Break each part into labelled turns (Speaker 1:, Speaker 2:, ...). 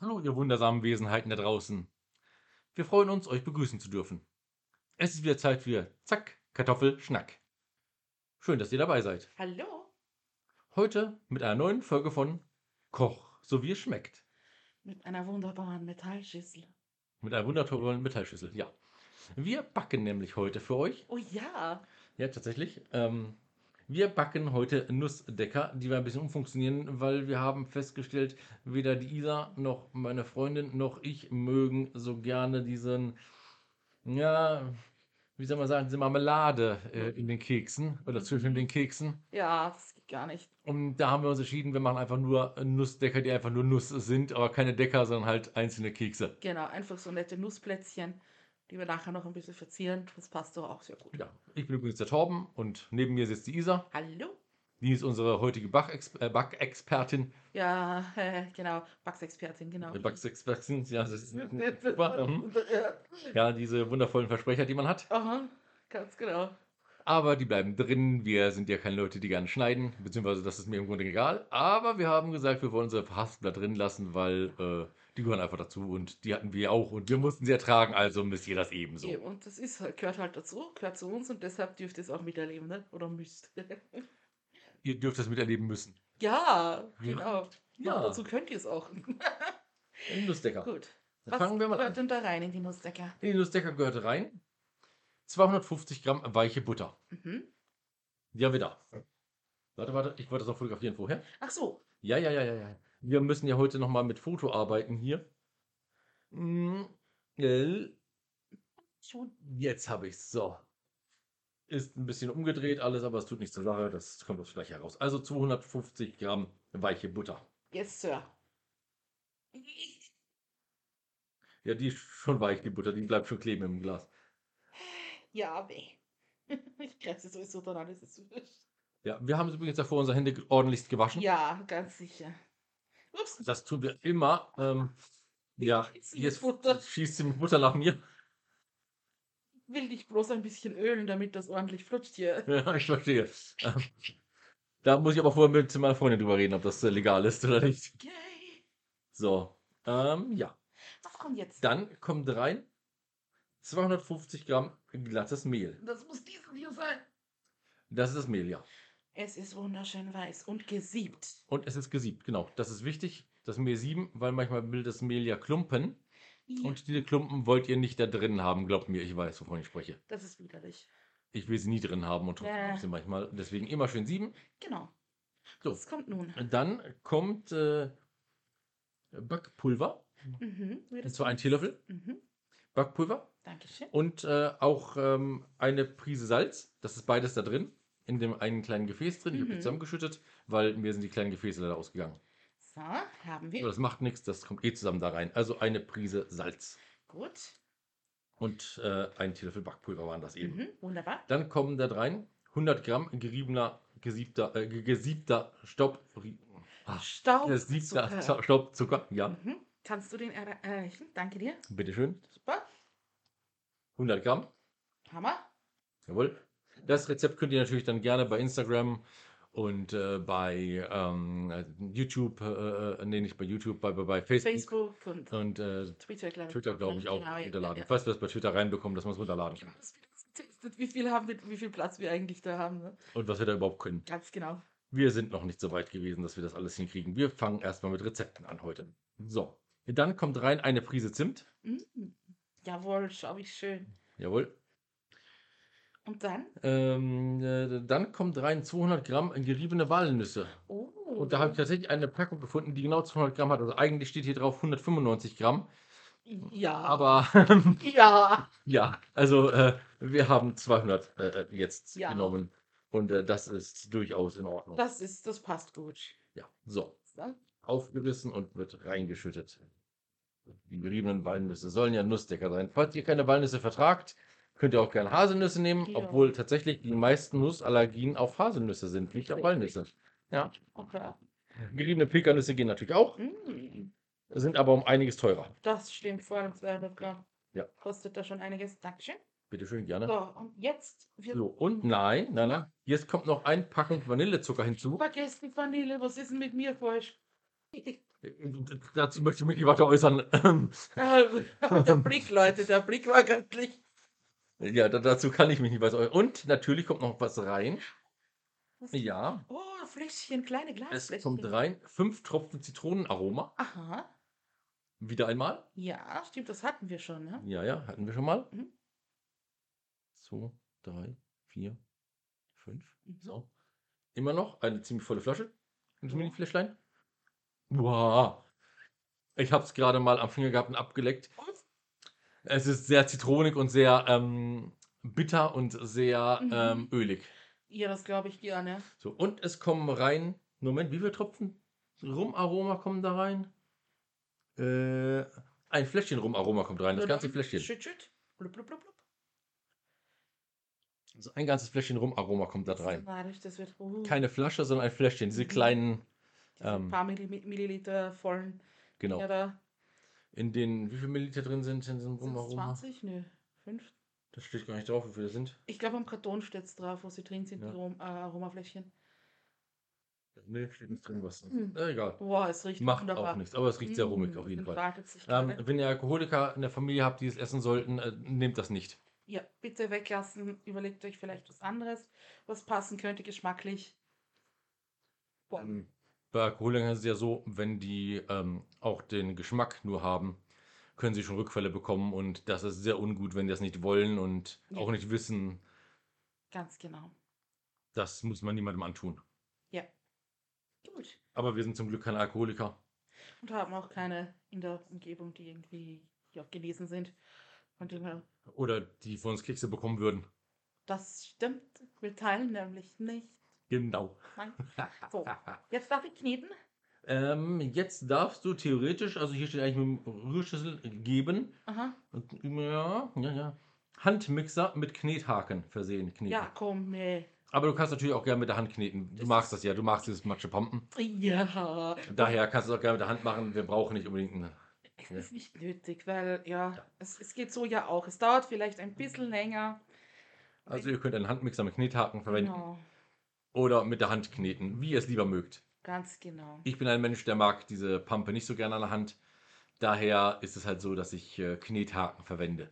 Speaker 1: Hallo, ihr wundersamen Wesenheiten da draußen. Wir freuen uns, euch begrüßen zu dürfen. Es ist wieder Zeit für Zack, Kartoffel, Schnack. Schön, dass ihr dabei seid.
Speaker 2: Hallo,
Speaker 1: Heute mit einer neuen Folge von Koch, so wie es schmeckt.
Speaker 2: mit einer wunderbaren Metallschüssel.
Speaker 1: Mit einer wundertollen Metallschüssel, ja. Wir backen nämlich heute für euch.
Speaker 2: Oh ja,
Speaker 1: Ja, tatsächlich. Ähm, wir backen heute Nussdecker, die wir ein bisschen umfunktionieren, weil wir haben festgestellt, weder die Isa noch meine Freundin noch ich mögen so gerne diesen, ja, wie soll man sagen, diese Marmelade äh, in den Keksen oder zwischen den Keksen.
Speaker 2: ja, das geht gar nicht.
Speaker 1: Und da haben wir uns entschieden, wir machen einfach nur Nussdecker, die einfach nur Nuss sind, aber keine Decker, sondern halt einzelne Kekse.
Speaker 2: Genau, einfach so nette Nussplätzchen, die wir nachher noch ein bisschen verzieren. Das passt doch auch sehr gut.
Speaker 1: Ja, ich bin übrigens der Torben und neben mir sitzt die Isa.
Speaker 2: Hallo,
Speaker 1: Die ist unsere heutige Backexp äh, Backexpertin.
Speaker 2: ja, äh, genau, Backsexpertin, genau.
Speaker 1: Mit Bugs Six Bugs sind, ja, das ist super. mhm.
Speaker 2: äh, Ja,
Speaker 1: Ja, diese wundervollen Versprecher, die man hat.
Speaker 2: Aha, ganz genau.
Speaker 1: Aber die bleiben drin. Wir sind ja keine Leute, die gerne schneiden. Beziehungsweise, das ist mir im Grunde egal. Aber wir haben gesagt, wir wollen unsere Hassblatt drin lassen, weil äh, die gehören einfach dazu. Und die hatten wir auch. Und wir mussten sie ertragen. Also müsst ihr das ebenso.
Speaker 2: Eben, Und das ist, halt- gehört halt dazu, gehört zu uns und deshalb dürft ihr es auch miterleben, ne? Oder müsst.
Speaker 1: Ihr dürft das miterleben müssen.
Speaker 2: ja, genau.
Speaker 1: Ja.
Speaker 2: Ja. Dazu könnt ihr es auch.
Speaker 1: Ein Nussdecker.
Speaker 2: gut.
Speaker 1: Dann fangen wir mal
Speaker 2: gehört
Speaker 1: an.
Speaker 2: denn da rein in die Nussdecker?
Speaker 1: In den Nussdecker gehört rein 250 Gramm weiche Butter.
Speaker 2: Mhm.
Speaker 1: Die haben wir da. Warte, warte. Ich wollte das noch fotografieren vorher.
Speaker 2: Ach so,
Speaker 1: Ja, ja, ja, ja, ja. Wir müssen ja heute nochmal mit Foto arbeiten hier. Mm, äh,
Speaker 2: schon.
Speaker 1: Jetzt habe ich es. So. Ist ein bisschen umgedreht alles, aber es tut nichts zur Sache. Das kommt uns gleich heraus. Also 250 Gramm weiche Butter.
Speaker 2: Yes, Sir.
Speaker 1: Ja, die ist schon weich, die Butter. Die bleibt schon kleben im Glas.
Speaker 2: Ja, weh. Ich kratze sowieso dran, das ist wurscht.
Speaker 1: Ja, wir haben übrigens davor unsere Hände ge- ordentlichst gewaschen.
Speaker 2: Ja, ganz sicher. Ups,
Speaker 1: Das tun wir immer. Ähm, ja,
Speaker 2: Schießt sie mit
Speaker 1: jetzt
Speaker 2: Butter.
Speaker 1: schießt sie mit Butter nach mir.
Speaker 2: will dich bloß ein bisschen ölen, damit das ordentlich flutscht hier.
Speaker 1: Ja, ich verstehe. Ähm, da muss ich aber vorher mit meiner Freundin drüber reden, ob das äh, legal ist oder nicht.
Speaker 2: Okay.
Speaker 1: So, ähm, ja.
Speaker 2: Was kommt jetzt?
Speaker 1: Dann kommt rein 250 Gramm glattes Mehl.
Speaker 2: Das muss dieses hier sein.
Speaker 1: Das ist das Mehl, ja.
Speaker 2: Es ist wunderschön weiß und gesiebt.
Speaker 1: Und es ist gesiebt, genau. Das ist wichtig, das Mehl sieben, weil manchmal will das Mehl ja Klumpen. Und diese Klumpen wollt ihr nicht da drin haben, glaubt mir, ich weiß, wovon ich spreche.
Speaker 2: das ist widerlich.
Speaker 1: Ich will sie nie drin haben und trotzdem
Speaker 2: Ja.
Speaker 1: haben sie manchmal. Deswegen immer schön sieben.
Speaker 2: Genau.
Speaker 1: So.
Speaker 2: Was kommt nun?
Speaker 1: Dann kommt äh, Backpulver,
Speaker 2: Mhm. wie
Speaker 1: und
Speaker 2: das
Speaker 1: zwar ein
Speaker 2: kommt.
Speaker 1: Teelöffel
Speaker 2: Mhm.
Speaker 1: Backpulver.
Speaker 2: Dankeschön.
Speaker 1: Und äh, auch ähm, eine Prise Salz. Das ist beides da drin. In dem einen kleinen Gefäß drin. Ich habe die
Speaker 2: Mhm.
Speaker 1: zusammengeschüttet, weil mir sind die kleinen Gefäße leider ausgegangen.
Speaker 2: So, haben wir.
Speaker 1: Aber das macht nichts, das kommt eh zusammen da rein. Also eine Prise Salz
Speaker 2: Gut.
Speaker 1: und äh, ein Teelöffel Backpulver waren das eben.
Speaker 2: Mhm. Wunderbar.
Speaker 1: Dann kommen da rein 100 Gramm geriebener, gesiebter, äh, ge- gesiebter Staub. Ach,
Speaker 2: Staub.
Speaker 1: gesiebter
Speaker 2: Zucker.
Speaker 1: Sta- Staubzucker. Ja,
Speaker 2: Mhm. Kannst du den erre- erreichen? Danke dir.
Speaker 1: bitteschön.
Speaker 2: Super.
Speaker 1: 100 Gramm.
Speaker 2: Hammer.
Speaker 1: Jawohl. Das Rezept könnt ihr natürlich dann gerne bei Instagram und äh, bei ähm, äh, YouTube, äh, äh, nee, nicht bei YouTube, bei, bei, bei Facebook,
Speaker 2: Facebook und
Speaker 1: und äh,
Speaker 2: Twitter, glaube ich.
Speaker 1: Twitter, glaube ich, auch
Speaker 2: Genau, ja,
Speaker 1: runterladen.
Speaker 2: ja, ja.
Speaker 1: Falls wir es bei Twitter reinbekommen, dass wir es runterladen
Speaker 2: Ich
Speaker 1: können.
Speaker 2: habe Genau. das wieder getestet, wie viel, haben wir, wie viel Platz wir eigentlich da haben. Ne?
Speaker 1: Und was wir da überhaupt können.
Speaker 2: Ganz genau.
Speaker 1: Wir sind noch nicht so weit gewesen, dass wir das alles hinkriegen. Wir fangen erstmal mit Rezepten an heute. So, dann kommt rein eine Prise Zimt.
Speaker 2: Mhm. Jawohl, schau ich schön.
Speaker 1: Jawohl.
Speaker 2: Und dann?
Speaker 1: Ähm, äh, dann kommt rein 200 Gramm geriebene Walnüsse.
Speaker 2: Oh.
Speaker 1: Und da habe ich tatsächlich eine Packung gefunden, die genau 200 Gramm hat. Also eigentlich steht hier drauf 195 Gramm.
Speaker 2: Ja.
Speaker 1: Aber
Speaker 2: Ja.
Speaker 1: ja, also äh, wir haben 200 äh, äh, jetzt
Speaker 2: Ja.
Speaker 1: genommen. Und äh, das ist durchaus in Ordnung.
Speaker 2: Das ist, das passt gut.
Speaker 1: ja, so.
Speaker 2: So.
Speaker 1: Aufgerissen und wird reingeschüttet. Die geriebenen Walnüsse sollen ja Nussdecker sein. Falls ihr keine Walnüsse vertragt, könnt ihr auch gerne Haselnüsse nehmen,
Speaker 2: Ja.
Speaker 1: obwohl tatsächlich die meisten Nussallergien auf Haselnüsse sind, nicht auf
Speaker 2: Richtig.
Speaker 1: Walnüsse. Ja.
Speaker 2: Okay.
Speaker 1: Geriebene Pekannüsse gehen natürlich auch,
Speaker 2: Mhm.
Speaker 1: sind aber um einiges teurer.
Speaker 2: Das stimmt, vor allem 200 Gramm.
Speaker 1: Ja.
Speaker 2: Kostet da schon einiges. Dankeschön.
Speaker 1: Bitteschön, gerne.
Speaker 2: So, und jetzt wird
Speaker 1: So, und nein, nein, nein. Jetzt kommt noch ein Packung Vanillezucker hinzu.
Speaker 2: vergessen Vanille. Was ist denn mit mir falsch?
Speaker 1: Dazu möchte ich mich nicht weiter äußern.
Speaker 2: Ah, der Blick, Leute, der Blick war göttlich.
Speaker 1: ja, da, dazu kann ich mich nicht weiter äußern. Und natürlich kommt noch was rein. Ja,
Speaker 2: Oh, Fläschchen, kleine
Speaker 1: es
Speaker 2: Glasfläschchen.
Speaker 1: kommt rein. Fünf Tropfen Zitronenaroma.
Speaker 2: Aha.
Speaker 1: Wieder einmal.
Speaker 2: Ja, stimmt, das hatten wir schon. Ne?
Speaker 1: Ja, ja, hatten wir schon mal.
Speaker 2: Mhm.
Speaker 1: Zwei, drei, vier, fünf.
Speaker 2: Mhm.
Speaker 1: So. Immer noch eine ziemlich volle Flasche. Ein
Speaker 2: Ja.
Speaker 1: Mini-Fläschlein. Wow. Ich habe es gerade mal am Finger gehabt und abgeleckt.
Speaker 2: Und?
Speaker 1: Es ist sehr zitronig und sehr ähm, bitter und sehr
Speaker 2: Mhm.
Speaker 1: ähm, ölig.
Speaker 2: Ja, das glaube ich gerne.
Speaker 1: So, und es kommen rein. Moment, wie viele Tropfen Rumaroma kommen da rein? Äh, ein Fläschchen Rumaroma kommt rein. Das ganze Fläschchen.
Speaker 2: Schütt, schütt. Blub, blub, blub, blub.
Speaker 1: Also ein ganzes Fläschchen Rumaroma kommt da rein.
Speaker 2: Warte, das wird uh,
Speaker 1: Keine Flasche, sondern ein Fläschchen. Diese
Speaker 2: Mhm.
Speaker 1: kleinen,
Speaker 2: diese
Speaker 1: ähm,
Speaker 2: paar Milli Milliliter vollen.
Speaker 1: genau.
Speaker 2: Ja, da
Speaker 1: In denen, wie viele Milliliter drin sind in diesem
Speaker 2: sind es
Speaker 1: Rumaroma?
Speaker 2: 20, nö, 5.
Speaker 1: Das steht gar nicht drauf, wie viele das sind.
Speaker 2: Ich glaube, am Karton steht es drauf, wo sie drin sind,
Speaker 1: Ja.
Speaker 2: die Rom äh, Aromafläschchen.
Speaker 1: Nee, steht nicht drin, was.
Speaker 2: Mhm.
Speaker 1: Äh, Egal.
Speaker 2: Boah, es riecht
Speaker 1: Macht
Speaker 2: wunderbar.
Speaker 1: auch nichts, aber es riecht sehr
Speaker 2: Hm,
Speaker 1: rummig auf jeden Fall. Ähm,
Speaker 2: Fall.
Speaker 1: wenn ihr Alkoholiker in der Familie habt, die es essen sollten, äh, nehmt das nicht.
Speaker 2: Ja, bitte weglassen. Überlegt euch vielleicht was anderes, was passen könnte geschmacklich. Boah.
Speaker 1: Ähm, bei Alkoholikern ist es ja so, wenn die ähm, auch den Geschmack nur haben, können sie schon Rückfälle bekommen und das ist sehr ungut, wenn die das nicht wollen und
Speaker 2: Ja.
Speaker 1: auch nicht wissen.
Speaker 2: Ganz genau.
Speaker 1: Das muss man niemandem antun.
Speaker 2: Gut.
Speaker 1: Aber wir sind zum Glück keine Alkoholiker.
Speaker 2: Und haben auch keine in der Umgebung, die irgendwie ja, gelesen sind. Von dem her,
Speaker 1: Oder die von uns Kekse bekommen würden.
Speaker 2: das stimmt. Wir teilen nämlich nicht.
Speaker 1: Genau.
Speaker 2: Nein. So, jetzt darf ich kneten.
Speaker 1: ähm, jetzt darfst du theoretisch, also hier steht eigentlich mit dem Rührschlüssel geben.
Speaker 2: Aha.
Speaker 1: Und, Ja, ja, ja. Handmixer mit Knethaken versehen kneten.
Speaker 2: Ja, komm, nee.
Speaker 1: Aber du kannst natürlich auch gerne mit der Hand kneten. Du
Speaker 2: Das
Speaker 1: magst
Speaker 2: ist- Genau.
Speaker 1: das ja, du magst dieses Matschepampen.
Speaker 2: Ja.
Speaker 1: Daher kannst du es auch gerne mit der Hand machen. Wir brauchen nicht unbedingt einen.
Speaker 2: Es
Speaker 1: Ja.
Speaker 2: ist nicht nötig, weil ja,
Speaker 1: Ja.
Speaker 2: Es, es geht so ja auch. Es dauert vielleicht ein bisschen länger.
Speaker 1: Also ihr könnt einen Handmixer mit Knethaken verwenden
Speaker 2: Genau,
Speaker 1: oder mit der Hand kneten, wie ihr es lieber mögt.
Speaker 2: ganz genau.
Speaker 1: Ich bin ein Mensch, der mag diese Pampe nicht so gerne an der Hand. Daher ist es halt so, dass ich äh, Knethaken verwende.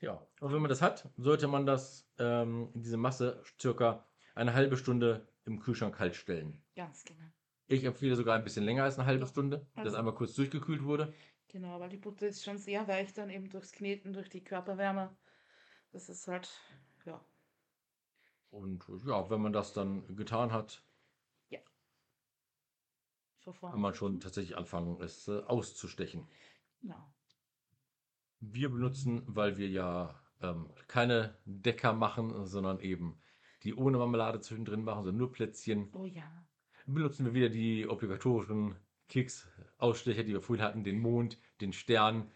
Speaker 1: Ja, und wenn man das hat, sollte man das, ähm, diese Masse circa eine halbe Stunde im Kühlschrank kalt stellen.
Speaker 2: Ganz genau.
Speaker 1: Ich empfehle sogar ein bisschen länger als eine halbe Stunde, dass
Speaker 2: Also-
Speaker 1: einmal kurz durchgekühlt wurde.
Speaker 2: Genau, weil die Butter ist schon sehr weich dann eben durchs Kneten, durch die Körperwärme. Das ist halt, ja.
Speaker 1: Und ja, wenn man das dann getan hat,
Speaker 2: Verformt.
Speaker 1: kann man schon tatsächlich anfangen, es äh, auszustechen.
Speaker 2: Genau.
Speaker 1: Wir benutzen, weil wir ja ähm, keine Decker machen, sondern eben die ohne Marmelade zwischendrin machen, sondern nur Plätzchen,
Speaker 2: Oh ja.
Speaker 1: benutzen wir wieder die obligatorischen Keks-Ausstecher, die wir vorhin hatten, den Mond, den Stern,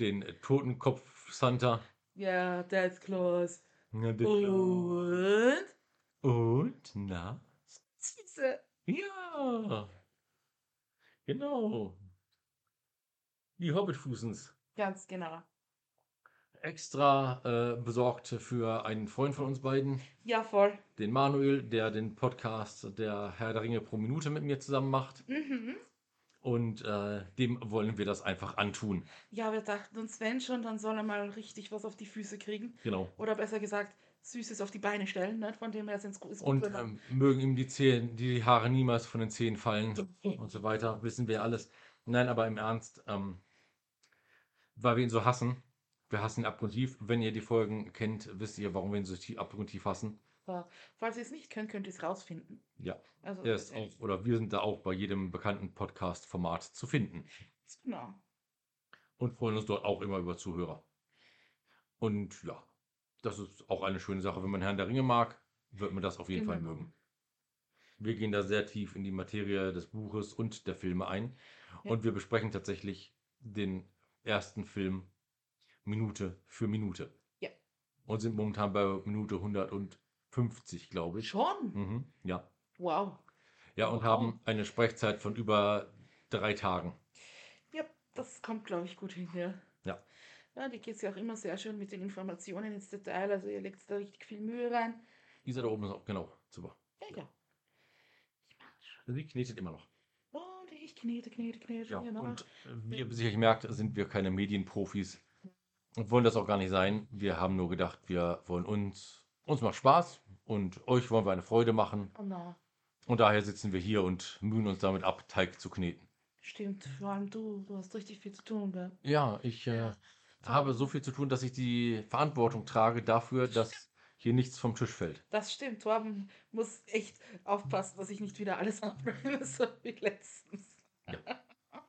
Speaker 1: den Totenkopf-Santa.
Speaker 2: Ja, that's close.
Speaker 1: Ja, das-
Speaker 2: Und
Speaker 1: Und, na?
Speaker 2: Süße.
Speaker 1: Ja! Genau. Die Hobbitfußens.
Speaker 2: Ganz genau.
Speaker 1: extra äh, besorgt für einen Freund von uns beiden,
Speaker 2: Ja, voll.
Speaker 1: den Manuel, der den Podcast der Herr der Ringe pro Minute mit mir zusammen macht.
Speaker 2: Mhm.
Speaker 1: Und äh, dem wollen wir das einfach antun.
Speaker 2: Ja, wir dachten uns, wenn schon, dann soll er mal richtig was auf die Füße kriegen.
Speaker 1: Genau.
Speaker 2: Oder besser gesagt, Süßes auf die Beine stellen. Ne? Von dem her sind es
Speaker 1: Und ähm, mögen ihm die Zehen, die Haare niemals von den Zehen fallen und so weiter, wissen wir alles. Nein, aber im Ernst, ähm, weil wir ihn so hassen, wir hassen ihn abgrundtief. Wenn ihr die Folgen kennt, wisst ihr, warum wir ihn so tie- abgrundtief hassen.
Speaker 2: Falls ihr es nicht könnt, könnt ihr es rausfinden.
Speaker 1: Ja.
Speaker 2: Also,
Speaker 1: Er ist auch, oder wir sind da auch bei jedem bekannten Podcast-Format zu finden.
Speaker 2: Genau.
Speaker 1: und freuen uns dort auch immer über Zuhörer. Und ja, das ist auch eine schöne Sache. Wenn man Herrn der Ringe mag, wird man das auf jeden Fall
Speaker 2: Genau.
Speaker 1: mögen. Wir gehen da sehr tief in die Materie des Buches und der Filme ein.
Speaker 2: Ja.
Speaker 1: Und wir besprechen tatsächlich den ersten Film Minute für Minute.
Speaker 2: Ja.
Speaker 1: Und sind momentan bei Minute 150, glaube ich.
Speaker 2: Schon?
Speaker 1: Mhm, ja.
Speaker 2: Wow.
Speaker 1: Ja, und
Speaker 2: Wow.
Speaker 1: haben eine Sprechzeit von über drei Tagen.
Speaker 2: Ja, das kommt, glaube ich, gut hin, ja.
Speaker 1: Ja.
Speaker 2: Ja, die geht ja auch immer sehr schön mit den Informationen ins Detail. Also ihr legt da richtig viel Mühe rein.
Speaker 1: Isa da oben ist auch, genau, super.
Speaker 2: Ja, ja. Ich mag schon.
Speaker 1: Sie knetet immer noch.
Speaker 2: Und ich Oh, Ich knete, knete, knete.
Speaker 1: Ja,
Speaker 2: genau.
Speaker 1: und äh, wie ihr sicherlich merkt, sind wir keine Medienprofis und wollen das auch gar nicht sein. Wir haben nur gedacht, wir wollen uns, uns macht Spaß und euch wollen wir eine Freude machen.
Speaker 2: Genau.
Speaker 1: Und daher sitzen wir hier und mühen uns damit ab, Teig zu kneten.
Speaker 2: Stimmt, vor allem du, du hast richtig viel zu tun, gell?
Speaker 1: Ja, ich äh,
Speaker 2: Ja.
Speaker 1: habe so viel zu tun, dass ich die Verantwortung trage dafür, dass hier nichts vom Tisch fällt.
Speaker 2: Das stimmt, Torben muss echt aufpassen, dass ich nicht wieder alles abbringe, so wie letztens.
Speaker 1: Ja.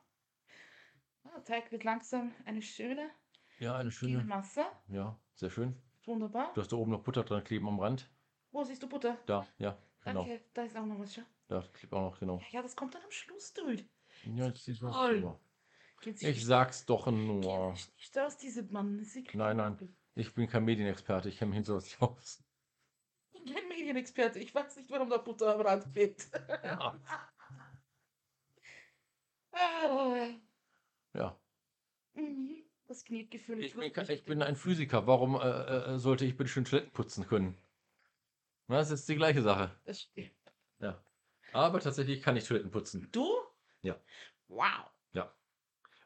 Speaker 2: Ah, Teig wird langsam eine schöne,
Speaker 1: Ja, eine
Speaker 2: schöne
Speaker 1: schöne.
Speaker 2: Masse.
Speaker 1: Ja, sehr schön.
Speaker 2: Wunderbar.
Speaker 1: Du hast da oben noch Butter dran kleben am Rand.
Speaker 2: Wo siehst du Butter?
Speaker 1: Da, ja, genau.
Speaker 2: Danke, da ist auch noch was. Schau.
Speaker 1: Da klebt auch noch, genau.
Speaker 2: Ja, ja, das kommt dann am Schluss durch.
Speaker 1: Ja, jetzt ist was
Speaker 2: Toll.
Speaker 1: drüber.
Speaker 2: Geht sich
Speaker 1: Ich sag's doch nur.
Speaker 2: nicht, nicht aus, diese Mann. Sie
Speaker 1: Nein, nein. Ich bin kein Medienexperte, ich kenne mich in sowas nicht aus.
Speaker 2: Ich bin kein Medienexperte. Ich weiß nicht, warum da Butter am Rand klebt.
Speaker 1: Ja.
Speaker 2: Ah,
Speaker 1: ja.
Speaker 2: mhm. Das Knetgefühl.
Speaker 1: Ich, bin, ke- ich bin ein Physiker, warum äh, äh, sollte ich bitte schön Toiletten putzen können? Na, Das ist die gleiche Sache.
Speaker 2: Das stimmt.
Speaker 1: Ja. Aber tatsächlich kann ich Toiletten putzen.
Speaker 2: Du?
Speaker 1: Ja.
Speaker 2: Wow.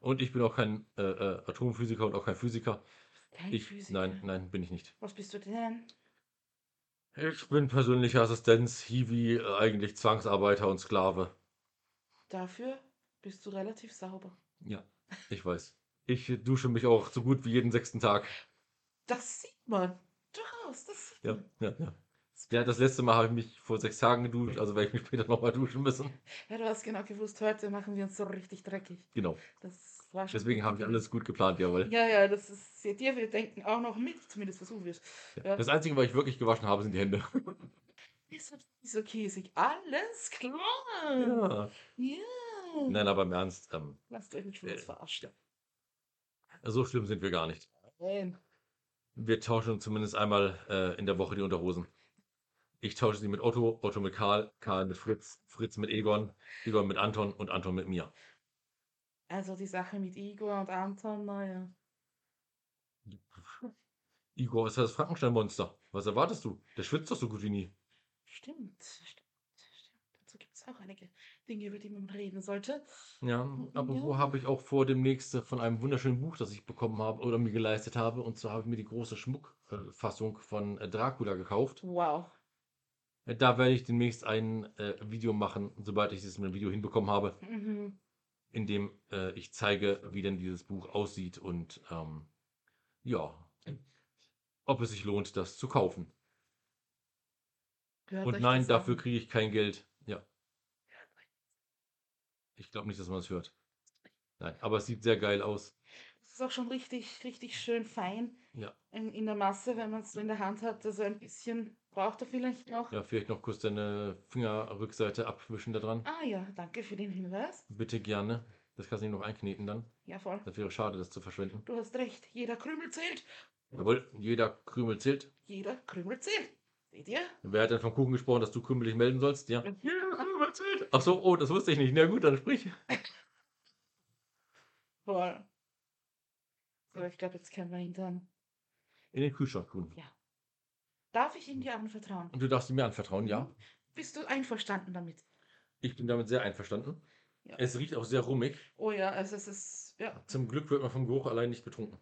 Speaker 1: Und ich bin auch kein äh, äh, Atomphysiker und auch kein Physiker.
Speaker 2: Kein
Speaker 1: Ich,
Speaker 2: Physiker.
Speaker 1: nein, nein, bin ich nicht.
Speaker 2: Was bist du denn?
Speaker 1: Ich bin persönliche Assistenz, Hiwi, äh, eigentlich Zwangsarbeiter und Sklave.
Speaker 2: Dafür bist du relativ sauber.
Speaker 1: Ja, ich weiß. Ich dusche mich auch so gut wie jeden sechsten Tag.
Speaker 2: Das sieht man. Durchaus, das sieht
Speaker 1: Ja,
Speaker 2: man.
Speaker 1: ja, ja. Ja, das letzte Mal habe ich mich vor sechs Tagen geduscht, also werde ich mich später nochmal duschen müssen.
Speaker 2: Ja, du hast genau gewusst, heute machen wir uns so richtig dreckig.
Speaker 1: Genau.
Speaker 2: Das war schon
Speaker 1: Deswegen habe ich alles gut geplant, jawohl.
Speaker 2: Ja, ja, das ist ja, dir, wir denken auch noch mit, zumindest versuchen wir es. Ja.
Speaker 1: Das Einzige, was ich wirklich gewaschen habe, sind die Hände.
Speaker 2: Ist halt so käsig. Alles klar. Ja.
Speaker 1: Ja. Nein, aber im Ernst, ähm,
Speaker 2: Lasst euch nicht von uns
Speaker 1: Äh,
Speaker 2: verarschen.
Speaker 1: so schlimm sind wir gar nicht.
Speaker 2: Nein.
Speaker 1: Wir tauschen zumindest einmal äh, in der Woche die Unterhosen. Ich tausche sie mit Otto, Otto mit Karl, Karl mit Fritz, Fritz mit Egon, Egon mit Anton und Anton mit mir.
Speaker 2: Also die Sache mit Igor und Anton, naja.
Speaker 1: Igor ist das Frankenstein-Monster. Was erwartest du? Der schwitzt doch so gut wie nie.
Speaker 2: Stimmt, stimmt, stimmt. Dazu gibt es auch einige Dinge, über die man reden sollte.
Speaker 1: Ja, aber wo
Speaker 2: Ja.
Speaker 1: habe ich auch vor, demnächst äh, von einem wunderschönen Buch, das ich bekommen habe oder mir geleistet habe, und zwar habe ich mir die große Schmuckfassung von äh, Dracula gekauft.
Speaker 2: Wow.
Speaker 1: Äh, Da werde ich demnächst ein äh, Video machen, sobald ich dieses mit dem Video hinbekommen habe,
Speaker 2: Mhm.
Speaker 1: in dem äh, ich zeige, wie denn dieses Buch aussieht und ähm, ja, ob es sich lohnt, das zu kaufen.
Speaker 2: Hört
Speaker 1: Und
Speaker 2: euch
Speaker 1: nein,
Speaker 2: das an.
Speaker 1: dafür kriege ich kein Geld. Ja. Ich glaube nicht, dass man es hört. Nein, aber es sieht sehr geil aus.
Speaker 2: Das ist auch schon richtig, richtig schön fein
Speaker 1: Ja.
Speaker 2: in, in der Masse, wenn man es so in der Hand hat. Also ein bisschen braucht er vielleicht noch.
Speaker 1: Ja, vielleicht noch kurz deine Fingerrückseite abwischen da dran.
Speaker 2: Ah ja, danke für den Hinweis.
Speaker 1: Bitte gerne. Das kannst du nicht noch einkneten dann.
Speaker 2: Ja, voll.
Speaker 1: Das wäre schade, das zu verschwenden.
Speaker 2: Du hast recht. Jeder Krümel zählt.
Speaker 1: Jawohl, jeder Krümel zählt.
Speaker 2: Jeder Krümel zählt. Seht ihr?
Speaker 1: Wer hat denn vom Kuchen gesprochen, dass du Krümel dich melden sollst? Ja.
Speaker 2: Jeder Krümel zählt.
Speaker 1: Ach so, oh, das wusste ich nicht. Na gut, dann sprich.
Speaker 2: Voll. So, ich glaube, jetzt können wir ihn dann.
Speaker 1: In den Kühlschrank tun.
Speaker 2: Darf ich ihm dir anvertrauen?
Speaker 1: Und du darfst ihn mir anvertrauen, ja?
Speaker 2: Bist du einverstanden damit?
Speaker 1: Ich bin damit sehr einverstanden.
Speaker 2: Ja.
Speaker 1: Es riecht auch sehr rummig.
Speaker 2: Oh ja, also es ist. Ja.
Speaker 1: Zum Glück wird man vom Geruch allein nicht betrunken.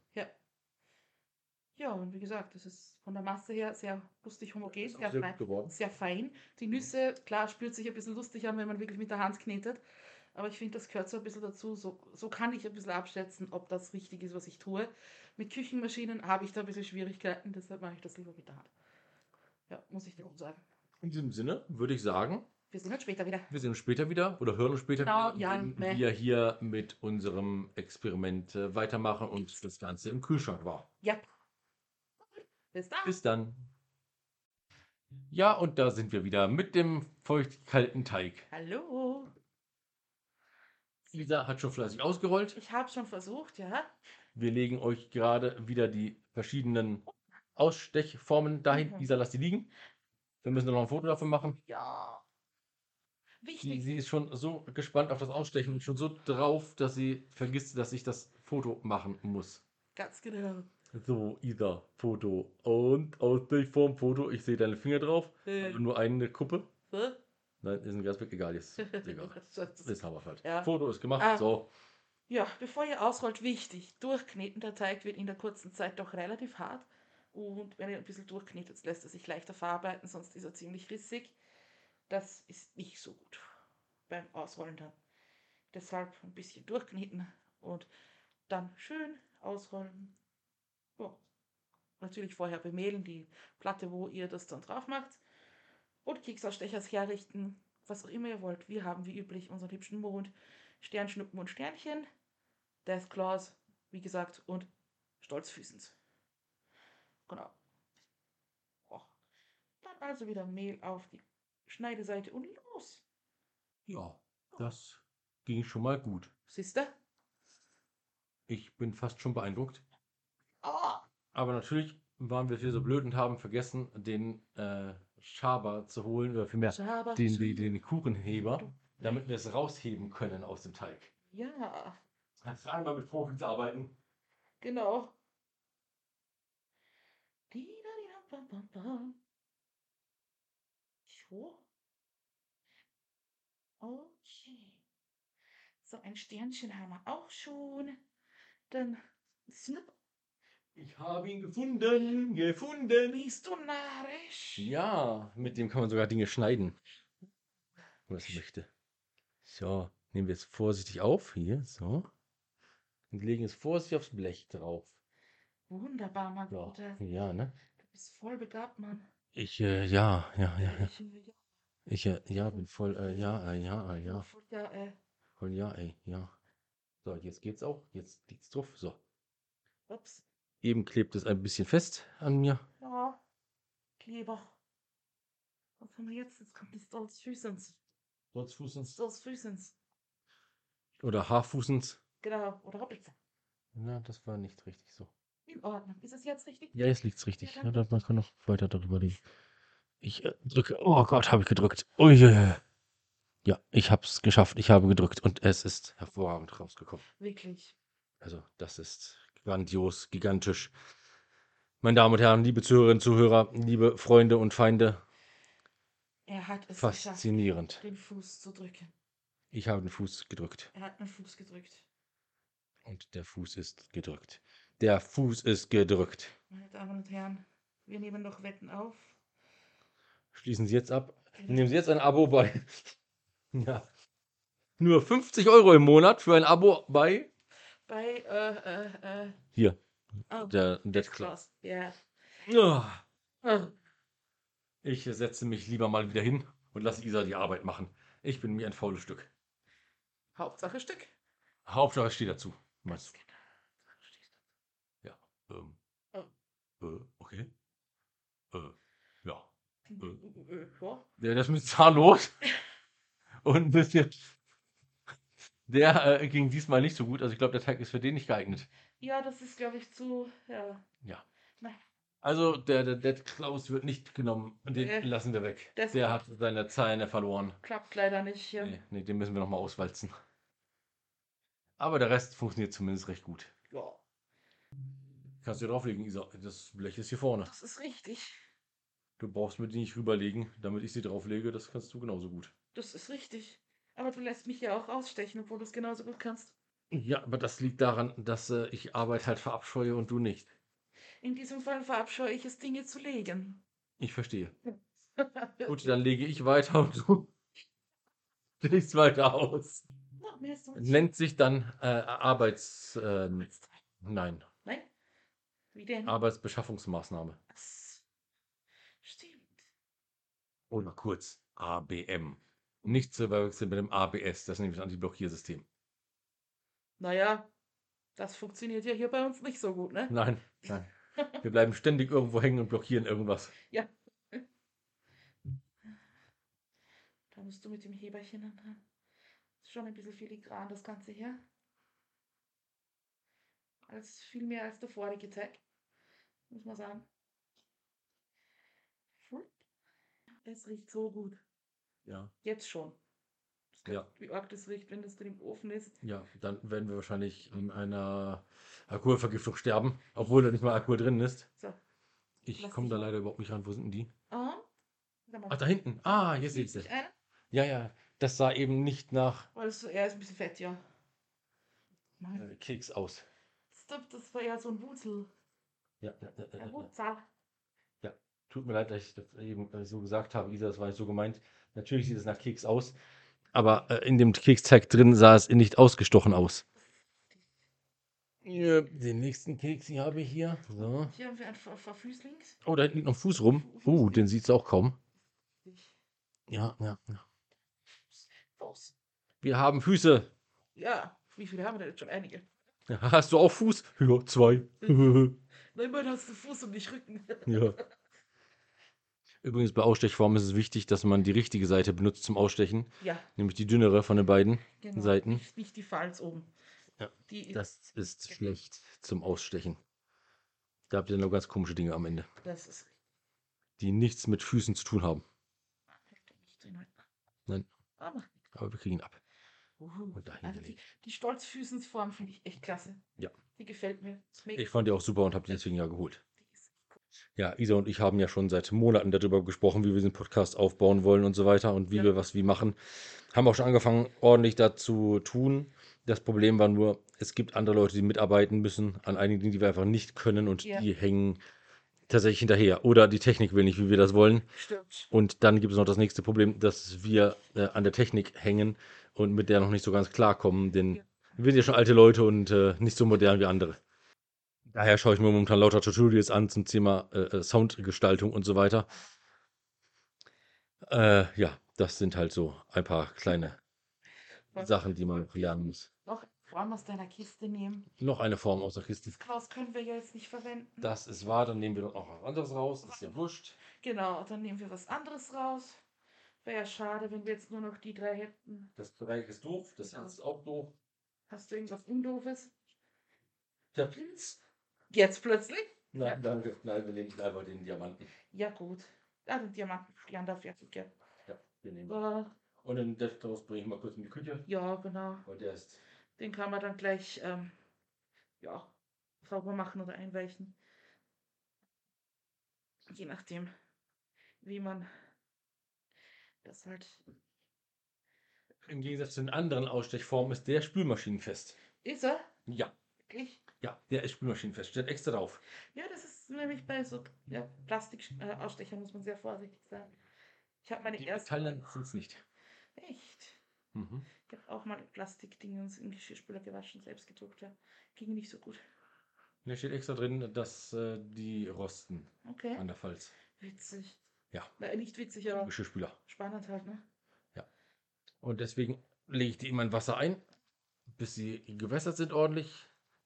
Speaker 2: Ja, und wie gesagt, es ist von der Masse her sehr lustig homogen,
Speaker 1: Ist auch
Speaker 2: sehr
Speaker 1: sehr
Speaker 2: fein.
Speaker 1: gut geworden.
Speaker 2: sehr fein. Die Nüsse, klar, spürt sich ein bisschen lustig an, wenn man wirklich mit der Hand knetet. Aber ich finde, das gehört so ein bisschen dazu. So, so kann ich ein bisschen abschätzen, ob das richtig ist, was ich tue. Mit Küchenmaschinen habe ich da ein bisschen Schwierigkeiten, deshalb mache ich das lieber mit der Hand. Ja, muss ich dir auch sagen.
Speaker 1: In diesem Sinne würde ich sagen,
Speaker 2: Wir sehen uns später wieder.
Speaker 1: wir sehen uns später wieder oder hören uns später
Speaker 2: Genau,
Speaker 1: wieder,
Speaker 2: ja,
Speaker 1: wenn
Speaker 2: meh.
Speaker 1: wir hier mit unserem Experiment äh, weitermachen und das Ganze im Kühlschrank war.
Speaker 2: Ja. Bis dann.
Speaker 1: Bis dann. Ja, und da sind wir wieder mit dem feucht-kalten Teig.
Speaker 2: Hallo.
Speaker 1: Isa hat schon fleißig ausgerollt.
Speaker 2: Ich habe schon versucht, ja.
Speaker 1: Wir legen euch gerade wieder die verschiedenen Ausstechformen dahin.
Speaker 2: Mhm.
Speaker 1: Isa, lass die liegen. Wir müssen noch ein Foto davon machen.
Speaker 2: Ja.
Speaker 1: Sie,
Speaker 2: Wichtig.
Speaker 1: sie ist schon so gespannt auf das Ausstechen und schon so drauf, dass sie vergisst, dass ich das Foto machen muss.
Speaker 2: Ganz genau.
Speaker 1: So, Isa, Foto. Und Ausstechform, Foto. Ich sehe deine Finger drauf.
Speaker 2: Äh,
Speaker 1: Aber nur eine Kuppe.
Speaker 2: hä?
Speaker 1: Nein, ist ein Gasberg, egal, ist egal.
Speaker 2: Das ist-
Speaker 1: Ist Haberfeld.
Speaker 2: Ja.
Speaker 1: Foto ist gemacht,
Speaker 2: Ah.
Speaker 1: so.
Speaker 2: ja, bevor ihr ausrollt, wichtig, durchkneten. Der Teig wird in der kurzen Zeit doch relativ hart. Und wenn ihr ein bisschen durchknetet, lässt er sich leichter verarbeiten, sonst ist er ziemlich rissig. Das ist nicht so gut beim Ausrollen dann. Deshalb ein bisschen durchkneten und dann schön ausrollen. Ja. Natürlich vorher bemehlen die Platte, wo ihr das dann drauf macht. Und Keksausstechers herrichten, was auch immer ihr wollt. Wir haben wie üblich unseren hübschen Mond, Sternschnuppen und Sternchen, Deathclaws, wie gesagt, und Stolzfüßens. Genau. Ja. Dann also wieder Mehl auf die Schneideseite und los.
Speaker 1: Ja, das ging schon mal gut.
Speaker 2: Siehst du?
Speaker 1: Ich bin fast schon beeindruckt.
Speaker 2: Ah,
Speaker 1: Aber natürlich waren wir hier so blöd und haben vergessen, den äh, Schaber zu holen, oder vielmehr
Speaker 2: Schaber.
Speaker 1: den, den, den Kuchenheber, damit wir es rausheben können aus dem Teig.
Speaker 2: Ja,
Speaker 1: Kannst du einmal mit Profis arbeiten?
Speaker 2: genau. Didadidabambam. So. Okay. So, ein Sternchen haben wir auch schon. Dann snip,
Speaker 1: Ich habe ihn gefunden, gefunden.
Speaker 2: bist du narrisch?
Speaker 1: Ja, mit dem kann man sogar Dinge schneiden. Wenn man das möchte. So, nehmen wir es vorsichtig auf hier, so. Und legen es vorsichtig aufs Blech drauf.
Speaker 2: Wunderbar, mein
Speaker 1: Ja,
Speaker 2: Guter.
Speaker 1: ja ne?
Speaker 2: Du bist voll begabt, Mann.
Speaker 1: Ich, äh, ja, ja, ja, ja.
Speaker 2: Ich, äh, ja,
Speaker 1: Ich, äh, ja, bin voll, äh, ja, äh, ja, äh, ja.
Speaker 2: voll, ja, äh,
Speaker 1: Voll, ja, ey, ja. So, jetzt geht's auch. Jetzt liegt's drauf. So.
Speaker 2: ups.
Speaker 1: Eben klebt es ein bisschen fest an mir.
Speaker 2: Ja, Kleber. Was haben wir jetzt? Jetzt kommt die Stolzfüßens.
Speaker 1: Rotzfußens.
Speaker 2: Stolzfüßens.
Speaker 1: Oder Haarfußens.
Speaker 2: Genau. Oder Hoppitzer.
Speaker 1: Na, das war nicht richtig so.
Speaker 2: In Ordnung. Ist es jetzt richtig?
Speaker 1: Ja, jetzt liegt's richtig.
Speaker 2: Ja,
Speaker 1: Ja,
Speaker 2: dann-
Speaker 1: dann, man kann noch weiter darüber liegen. Ich äh, drücke. Oh Gott, habe ich gedrückt. Uiuiui. Ja, ich hab's geschafft. Ich habe gedrückt und es ist hervorragend rausgekommen.
Speaker 2: Wirklich.
Speaker 1: Also, das ist grandios, gigantisch. Meine Damen und Herren, liebe Zuhörerinnen und Zuhörer, liebe Freunde und Feinde,
Speaker 2: Er hat es geschafft,
Speaker 1: faszinierend.
Speaker 2: den Fuß zu drücken.
Speaker 1: Ich habe den Fuß gedrückt
Speaker 2: Er hat meinen Fuß gedrückt.
Speaker 1: und der Fuß ist gedrückt. Der Fuß ist gedrückt.
Speaker 2: Meine Damen und Herren, wir nehmen noch Wetten auf.
Speaker 1: Schließen Sie jetzt ab. Nehmen Sie jetzt ein Abo bei. Ja. Nur 50 Euro im Monat für ein Abo bei.
Speaker 2: Bei, äh, äh, äh.
Speaker 1: Hier,
Speaker 2: Oh,
Speaker 1: der Dead
Speaker 2: Death
Speaker 1: Claw.
Speaker 2: Claws. Ja.
Speaker 1: Ah,
Speaker 2: Oh,
Speaker 1: Ich setze mich lieber mal wieder hin und lasse Isa die Arbeit machen. Ich bin mir ein faules Stück.
Speaker 2: Hauptsache Stück.
Speaker 1: Hauptsache, ich stehe dazu. Meinst
Speaker 2: Genau.
Speaker 1: du? Ähm,
Speaker 2: Oh.
Speaker 1: äh, okay. Äh, ja.
Speaker 2: Äh, ja.
Speaker 1: Der, das mit zahnlos. Und ein bisschen. Der äh, ging diesmal nicht so gut. Also ich glaube, der Teig ist für den nicht geeignet.
Speaker 2: Ja, das ist, glaube ich, zu. Ja.
Speaker 1: Also der, der Dead Klaus wird nicht genommen. Den
Speaker 2: Äh,
Speaker 1: lassen wir weg.
Speaker 2: das-
Speaker 1: der hat seine Zähne verloren.
Speaker 2: Klappt leider nicht hier.
Speaker 1: Nee, nee, den müssen wir nochmal auswalzen. Aber der Rest funktioniert zumindest recht gut.
Speaker 2: Ja.
Speaker 1: Kannst du dir drauflegen, Isa. Das Blech ist hier vorne.
Speaker 2: Das ist richtig.
Speaker 1: Du brauchst mir die nicht rüberlegen, damit ich sie drauflege. Das kannst du genauso gut.
Speaker 2: Das ist richtig. Aber du lässt mich ja auch ausstechen, obwohl du es genauso gut kannst.
Speaker 1: Ja, aber das liegt daran, dass äh, ich Arbeit halt verabscheue und du nicht.
Speaker 2: In diesem Fall verabscheue ich es, Dinge zu legen.
Speaker 1: Ich verstehe. Gut, dann lege ich weiter und du legst weiter aus.
Speaker 2: Noch mehr ist doch nicht.
Speaker 1: Nennt sich dann äh, Arbeits... ähm, nein,
Speaker 2: Nein? Wie denn?
Speaker 1: Arbeitsbeschaffungsmaßnahme.
Speaker 2: Das stimmt.
Speaker 1: Oder kurz ABM. Nicht zu verwechseln mit dem ABS, das ist nämlich ein Antiblockiersystem.
Speaker 2: Naja, das funktioniert ja hier bei uns nicht so gut, ne?
Speaker 1: Nein, nein. Wir bleiben ständig irgendwo hängen und blockieren irgendwas.
Speaker 2: Da musst du mit dem Heberchen dann. Ist schon ein bisschen filigran, das Ganze hier. Alles viel mehr als der vorige Tag. Muss man sagen. Schwupp. Es riecht so gut.
Speaker 1: Ja,
Speaker 2: Jetzt schon. Das
Speaker 1: Ja.
Speaker 2: Wie arg das riecht, wenn das drin im Ofen ist.
Speaker 1: ja, dann werden wir wahrscheinlich an einer Alkoholvergiftung sterben, obwohl da nicht mal Alkohol drin ist.
Speaker 2: So.
Speaker 1: Ich
Speaker 2: Lass
Speaker 1: komme da
Speaker 2: dich-
Speaker 1: leider überhaupt nicht ran. Wo sind denn die?
Speaker 2: Ah, da
Speaker 1: Ach, da hinten. Ah, hier sehe ich sie.
Speaker 2: Ein.
Speaker 1: Ja, ja, das sah eben nicht nach
Speaker 2: Weil es, er ist ein bisschen fett, ja. Nein.
Speaker 1: äh, Keks aus.
Speaker 2: Stopp, das war ja so ein Wutzel.
Speaker 1: Ja, ja, ja, ja,
Speaker 2: Ein
Speaker 1: ja.
Speaker 2: Wutzel.
Speaker 1: Tut mir leid, dass ich das eben äh, so gesagt habe, Isa, das war nicht so gemeint. Natürlich sieht es nach Keks aus, aber äh, in dem Keksteig drin sah es nicht ausgestochen aus. Ja, den nächsten Keks hier habe ich hier. So.
Speaker 2: Hier haben wir einen Ver Ver Füßlings.
Speaker 1: Oh, da hinten liegt noch ein Fuß rum. Oh, den sieht es auch kaum. Ja, ja, ja.
Speaker 2: Fuß.
Speaker 1: Wir haben Füße.
Speaker 2: Ja, wie viele haben wir denn jetzt schon? Einige.
Speaker 1: Ja, Hast du auch Fuß? Ja, zwei.
Speaker 2: Na, immerhin hast du Fuß und nicht Rücken.
Speaker 1: ja. Übrigens, bei Ausstechformen ist es wichtig, dass man die richtige Seite benutzt zum Ausstechen,
Speaker 2: Ja,
Speaker 1: nämlich die dünnere von den beiden
Speaker 2: genau.
Speaker 1: Seiten.
Speaker 2: Nicht, nicht die Falz oben.
Speaker 1: Ja,
Speaker 2: die, das,
Speaker 1: Das ist schlecht zum Ausstechen. Da habt ihr dann noch ganz komische Dinge am Ende,
Speaker 2: das ist
Speaker 1: die nichts mit Füßen zu tun haben.
Speaker 2: nicht drin.
Speaker 1: Nein.
Speaker 2: Aber
Speaker 1: Aber wir kriegen ihn ab.
Speaker 2: uhu.
Speaker 1: Und dahin
Speaker 2: also die,
Speaker 1: gelegt.
Speaker 2: die Stolzfüßensform finde ich echt klasse.
Speaker 1: Ja.
Speaker 2: Die gefällt mir. Ist Mega.
Speaker 1: Ich fand die auch super und habe die deswegen ja geholt.
Speaker 2: Die ist cool.
Speaker 1: Ja, Isa und ich haben ja schon seit Monaten darüber gesprochen, wie wir diesen Podcast aufbauen wollen und so weiter und wie
Speaker 2: Ja.
Speaker 1: wir was wie machen. Haben auch schon angefangen, ordentlich dazu tun. Das Problem war nur, es gibt andere Leute, die mitarbeiten müssen an einigen Dingen, die wir einfach nicht können und
Speaker 2: Ja.
Speaker 1: die hängen tatsächlich hinterher. Oder die Technik will nicht, wie wir das wollen.
Speaker 2: Stimmt.
Speaker 1: Und dann gibt es noch das nächste Problem, dass wir äh, an der Technik hängen und mit der noch nicht so ganz klarkommen, denn
Speaker 2: Ja.
Speaker 1: wir sind ja schon alte Leute und äh, nicht so modern wie andere. Daher schaue ich mir momentan lauter Tutorials an zum Thema äh, äh, Soundgestaltung und so weiter. Äh, ja, das sind halt so ein paar kleine
Speaker 2: Was-
Speaker 1: Sachen, die man noch lernen muss.
Speaker 2: Noch eine Form aus deiner Kiste nehmen.
Speaker 1: Noch eine Form aus der Kiste.
Speaker 2: Das Klaus können wir ja jetzt nicht verwenden.
Speaker 1: Das ist wahr, dann nehmen wir doch noch was anderes raus. Ist ja wurscht.
Speaker 2: Genau, dann nehmen wir was anderes raus. Wäre ja schade, wenn wir jetzt nur noch die drei hätten.
Speaker 1: Das Dreieck ist doof, das Herz ist auch doof.
Speaker 2: Hast du irgendwas Undoofes?
Speaker 1: Der Pilz?
Speaker 2: Jetzt plötzlich?
Speaker 1: Nein, danke. Nein, wir nehmen einfach den Diamanten.
Speaker 2: Ja, gut. Ah, den Diamantenstern darf ja gell?
Speaker 1: Ja, den nehmen wir.
Speaker 2: Aber,
Speaker 1: Und den Deathtoast bringe ich mal kurz in die Küche.
Speaker 2: Ja, genau.
Speaker 1: Und der ist.
Speaker 2: Den kann man dann gleich, ähm, ja, sauber machen oder einweichen. Je nachdem, wie man das halt.
Speaker 1: Im Gegensatz zu den anderen Ausstechformen ist der spülmaschinenfest.
Speaker 2: Ist er?
Speaker 1: Ja,
Speaker 2: Wirklich?
Speaker 1: ja, der ist spülmaschinenfest. Steht extra drauf.
Speaker 2: Ja, das ist nämlich bei so ja, Plastikausstechern äh, Ausstechern muss man sehr vorsichtig sein. Ich habe meine
Speaker 1: Die
Speaker 2: erste.
Speaker 1: Italiener sind es nicht.
Speaker 2: Echt?
Speaker 1: Mhm.
Speaker 2: Ich habe auch mal Plastikdingens im Geschirrspüler gewaschen, selbst gedruckt. Ja. Ging nicht so gut.
Speaker 1: Da steht extra drin, dass äh, die rosten
Speaker 2: Okay.
Speaker 1: an der Pfalz.
Speaker 2: Witzig.
Speaker 1: Ja.
Speaker 2: Na, nicht witzig, aber
Speaker 1: Geschirrspüler.
Speaker 2: spannend halt, ne?
Speaker 1: Und deswegen lege ich die immer in Wasser ein, bis sie gewässert sind ordentlich.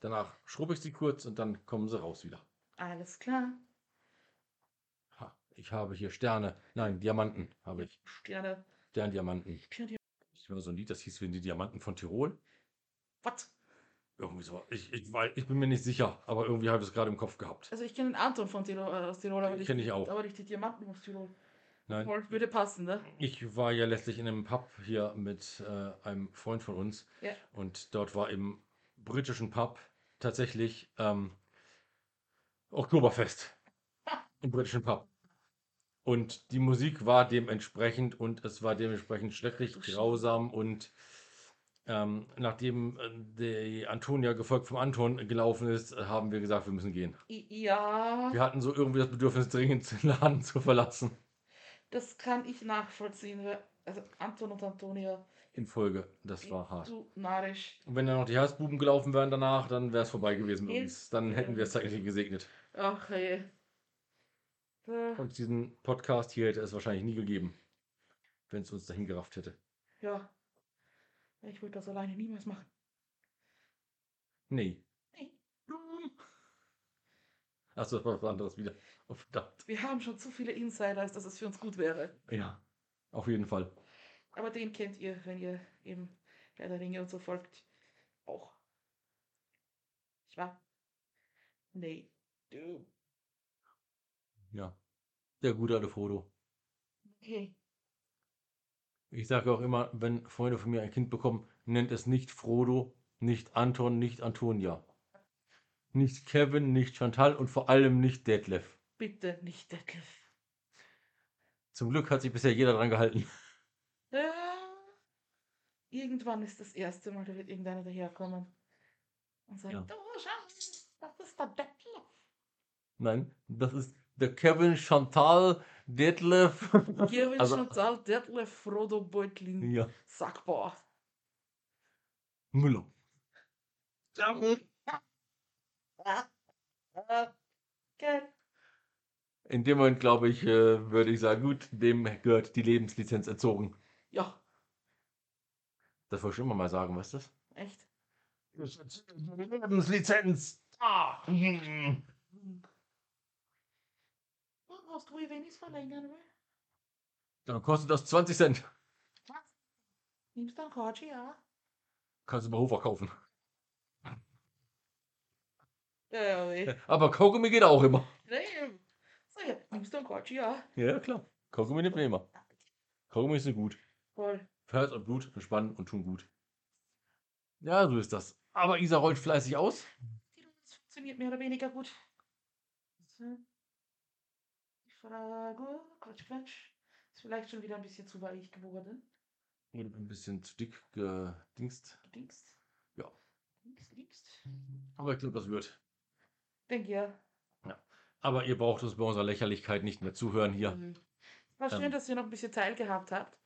Speaker 1: Danach schrubbe ich sie kurz und dann kommen sie raus wieder.
Speaker 2: Alles klar.
Speaker 1: Ha, ich habe hier Sterne. Nein, Diamanten habe ich.
Speaker 2: Sterne.
Speaker 1: Sterndiamanten.
Speaker 2: Sterne.
Speaker 1: Ich war so ein Lied, das hieß wie die Diamanten von Tirol.
Speaker 2: What?
Speaker 1: Irgendwie so. Ich, ich, weiß, ich bin mir nicht sicher, aber irgendwie habe ich es gerade im Kopf gehabt.
Speaker 2: Also ich kenne den Anton von Tirol, äh, aus Tirol, aber
Speaker 1: Den
Speaker 2: nicht,
Speaker 1: kenn ich auch.
Speaker 2: aber nicht die Diamanten aus Tirol.
Speaker 1: Nein,
Speaker 2: Wohl, Würde passen, ne?
Speaker 1: ich war ja letztlich in einem Pub hier mit äh, einem Freund von uns
Speaker 2: Ja.
Speaker 1: und dort war im britischen Pub tatsächlich ähm, Oktoberfest. Im britischen Pub. Und die Musik war dementsprechend und es war dementsprechend schrecklich,
Speaker 2: Ach du Scheiße.
Speaker 1: grausam und ähm, nachdem äh, die Antonia gefolgt vom Anton gelaufen ist, haben wir gesagt, wir müssen gehen.
Speaker 2: I ja,
Speaker 1: Wir hatten so irgendwie das Bedürfnis, dringend den Laden zu verlassen.
Speaker 2: das kann ich nachvollziehen. weil- Also Anton und Antonia,
Speaker 1: In Folge. Das war hart.
Speaker 2: du narrisch.
Speaker 1: Und wenn dann noch die Herzbuben gelaufen wären danach, dann wäre es vorbei gewesen mit
Speaker 2: Hilf-
Speaker 1: uns. Dann hätten wir es eigentlich gesegnet.
Speaker 2: Ach ey. Äh,
Speaker 1: Und diesen Podcast hier hätte es wahrscheinlich nie gegeben, wenn es uns dahin gerafft hätte.
Speaker 2: ja. Ich würde das alleine niemals machen.
Speaker 1: Nee.
Speaker 2: Nee.
Speaker 1: Achso, das war was anderes wieder. Oh, verdammt.
Speaker 2: Wir haben schon zu viele Insiders, dass es für uns gut wäre.
Speaker 1: Ja. Auf jeden Fall.
Speaker 2: Aber den kennt ihr, wenn ihr eben Herr der Ringe und so folgt. Auch. Ich war. Nee. Du.
Speaker 1: Ja. Der gute alte Frodo.
Speaker 2: Okay.
Speaker 1: Ich sage auch immer, wenn Freunde von mir ein Kind bekommen, nennt es nicht Frodo, nicht Anton, nicht Antonia. Nicht Kevin, nicht Chantal und vor allem nicht Detlef.
Speaker 2: Bitte nicht Detlef.
Speaker 1: Zum Glück hat sich bisher jeder dran gehalten.
Speaker 2: Ja. Äh, Irgendwann ist das erste Mal, da wird irgendeiner daherkommen und sagt,
Speaker 1: Ja.
Speaker 2: du Schatz, das ist der Detlef.
Speaker 1: Nein, das ist der Kevin Chantal Detlef.
Speaker 2: Hier
Speaker 1: Also-
Speaker 2: also, Chantal Detlef Frodo Beutlin
Speaker 1: ja,
Speaker 2: Sackbauer.
Speaker 1: Müller.
Speaker 2: Geil.
Speaker 1: In dem Moment, glaube ich, äh, würde ich sagen, gut, dem gehört die Lebenslizenz erzogen.
Speaker 2: Ja,
Speaker 1: Das wollte ich schon immer mal sagen, was ist
Speaker 2: echt.
Speaker 1: das? Lebenslizenz! Ah.
Speaker 2: Und hast du wenigstens verlängern will?
Speaker 1: Dann kostet das 20 Cent.
Speaker 2: Was? Nimmst du einen Korchi, ja?
Speaker 1: Kannst du bei Hofer kaufen.
Speaker 2: Ja, ja, weh.
Speaker 1: Aber Kaugummi geht auch immer.
Speaker 2: Nee. So, ja. Nimmst du einen Korchi, ja?
Speaker 1: Ja, klar. Kaugummi nimmt man immer. Kaugummi ist nicht gut.
Speaker 2: Voll.
Speaker 1: Für Herz und Blut entspannen und tun gut. Ja, so ist das. Aber Isa rollt fleißig aus.
Speaker 2: Das funktioniert mehr oder weniger gut. So. Die Frage, Quatsch, Quatsch, ist vielleicht schon wieder ein bisschen zu weich geworden.
Speaker 1: Und ein bisschen zu dick äh, gedingst.
Speaker 2: Du denkst?
Speaker 1: Ja.
Speaker 2: Denkst, denkst?
Speaker 1: Aber ich glaube, das wird.
Speaker 2: Denk ja.
Speaker 1: Aber ihr braucht uns bei unserer Lächerlichkeit nicht mehr zuhören hier.
Speaker 2: Mhm. War schön,
Speaker 1: Ähm.
Speaker 2: dass ihr noch ein bisschen Teil gehabt habt.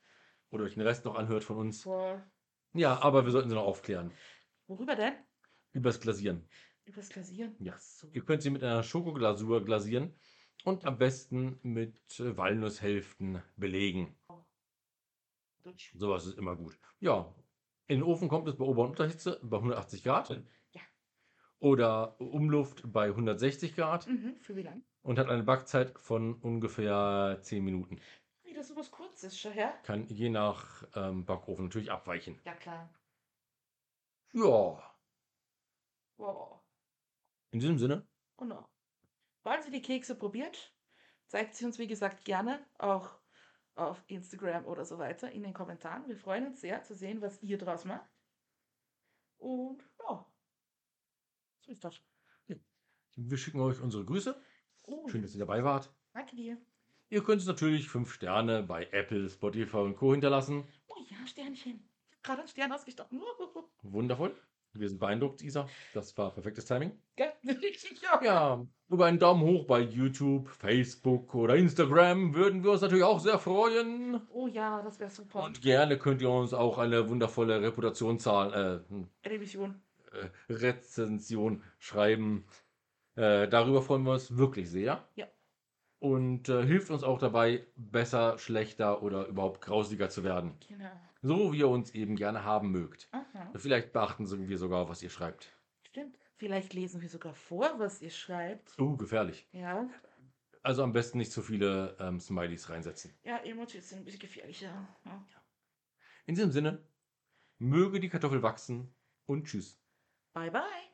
Speaker 1: Oder euch den Rest noch anhört von uns.
Speaker 2: Voll.
Speaker 1: Ja, aber wir sollten sie noch aufklären.
Speaker 2: Worüber denn?
Speaker 1: Übers Glasieren.
Speaker 2: Über das Glasieren?
Speaker 1: Ja.
Speaker 2: So.
Speaker 1: Ihr könnt sie mit einer Schokoglasur glasieren und am besten mit äh, Walnusshälften belegen.
Speaker 2: Deutsch.
Speaker 1: Sowas ist immer gut. Ja, in den Ofen kommt es bei Ober- und Unterhitze bei 180 Grad.
Speaker 2: Ja.
Speaker 1: Oder Umluft bei 160 Grad
Speaker 2: Mhm. Für wie lang?
Speaker 1: und hat eine Backzeit von ungefähr 10 Minuten.
Speaker 2: Wieder sowas Kurzes, schau her.
Speaker 1: Kann je nach ähm, Backofen natürlich abweichen.
Speaker 2: Ja, klar.
Speaker 1: Ja,
Speaker 2: Wow.
Speaker 1: in diesem Sinne,
Speaker 2: Oh no. Wollen Sie die Kekse probiert? Zeigt sie uns, wie gesagt, gerne auch auf Instagram oder so weiter in den Kommentaren. Wir freuen uns sehr zu sehen, was ihr draus macht. Und ja, so ist das.
Speaker 1: wir schicken euch unsere Grüße.
Speaker 2: Oh,
Speaker 1: Schön, dass ihr dabei wart.
Speaker 2: danke dir.
Speaker 1: Ihr könnt uns natürlich 5 Sterne bei Apple, Spotify und Co. hinterlassen.
Speaker 2: Oh ja, Sternchen. Ich habe gerade einen Stern ausgestochen.
Speaker 1: Wundervoll. Wir sind beeindruckt, Isa. Das war perfektes Timing.
Speaker 2: Gell? ja.
Speaker 1: Ja, über einen Daumen hoch bei YouTube, Facebook oder Instagram würden wir uns natürlich auch sehr freuen.
Speaker 2: Oh ja, das wäre super.
Speaker 1: Und gerne könnt ihr uns auch eine wundervolle Reputation zahlen,
Speaker 2: Revision.
Speaker 1: äh, äh, Rezension schreiben. Äh, darüber freuen wir uns wirklich sehr.
Speaker 2: Ja.
Speaker 1: Und äh, hilft uns auch dabei, besser, schlechter oder überhaupt grausiger zu werden.
Speaker 2: Genau.
Speaker 1: So wie ihr uns eben gerne haben mögt.
Speaker 2: Aha.
Speaker 1: Vielleicht beachten wir sogar, was ihr schreibt.
Speaker 2: Stimmt. Vielleicht lesen wir sogar vor, was ihr schreibt.
Speaker 1: Uh, gefährlich.
Speaker 2: Ja.
Speaker 1: Also am besten nicht zu viele ähm, Smileys reinsetzen.
Speaker 2: Ja, Emojis sind ein bisschen gefährlicher. ne? Ja.
Speaker 1: In diesem Sinne, möge die Kartoffel wachsen und tschüss.
Speaker 2: Bye bye.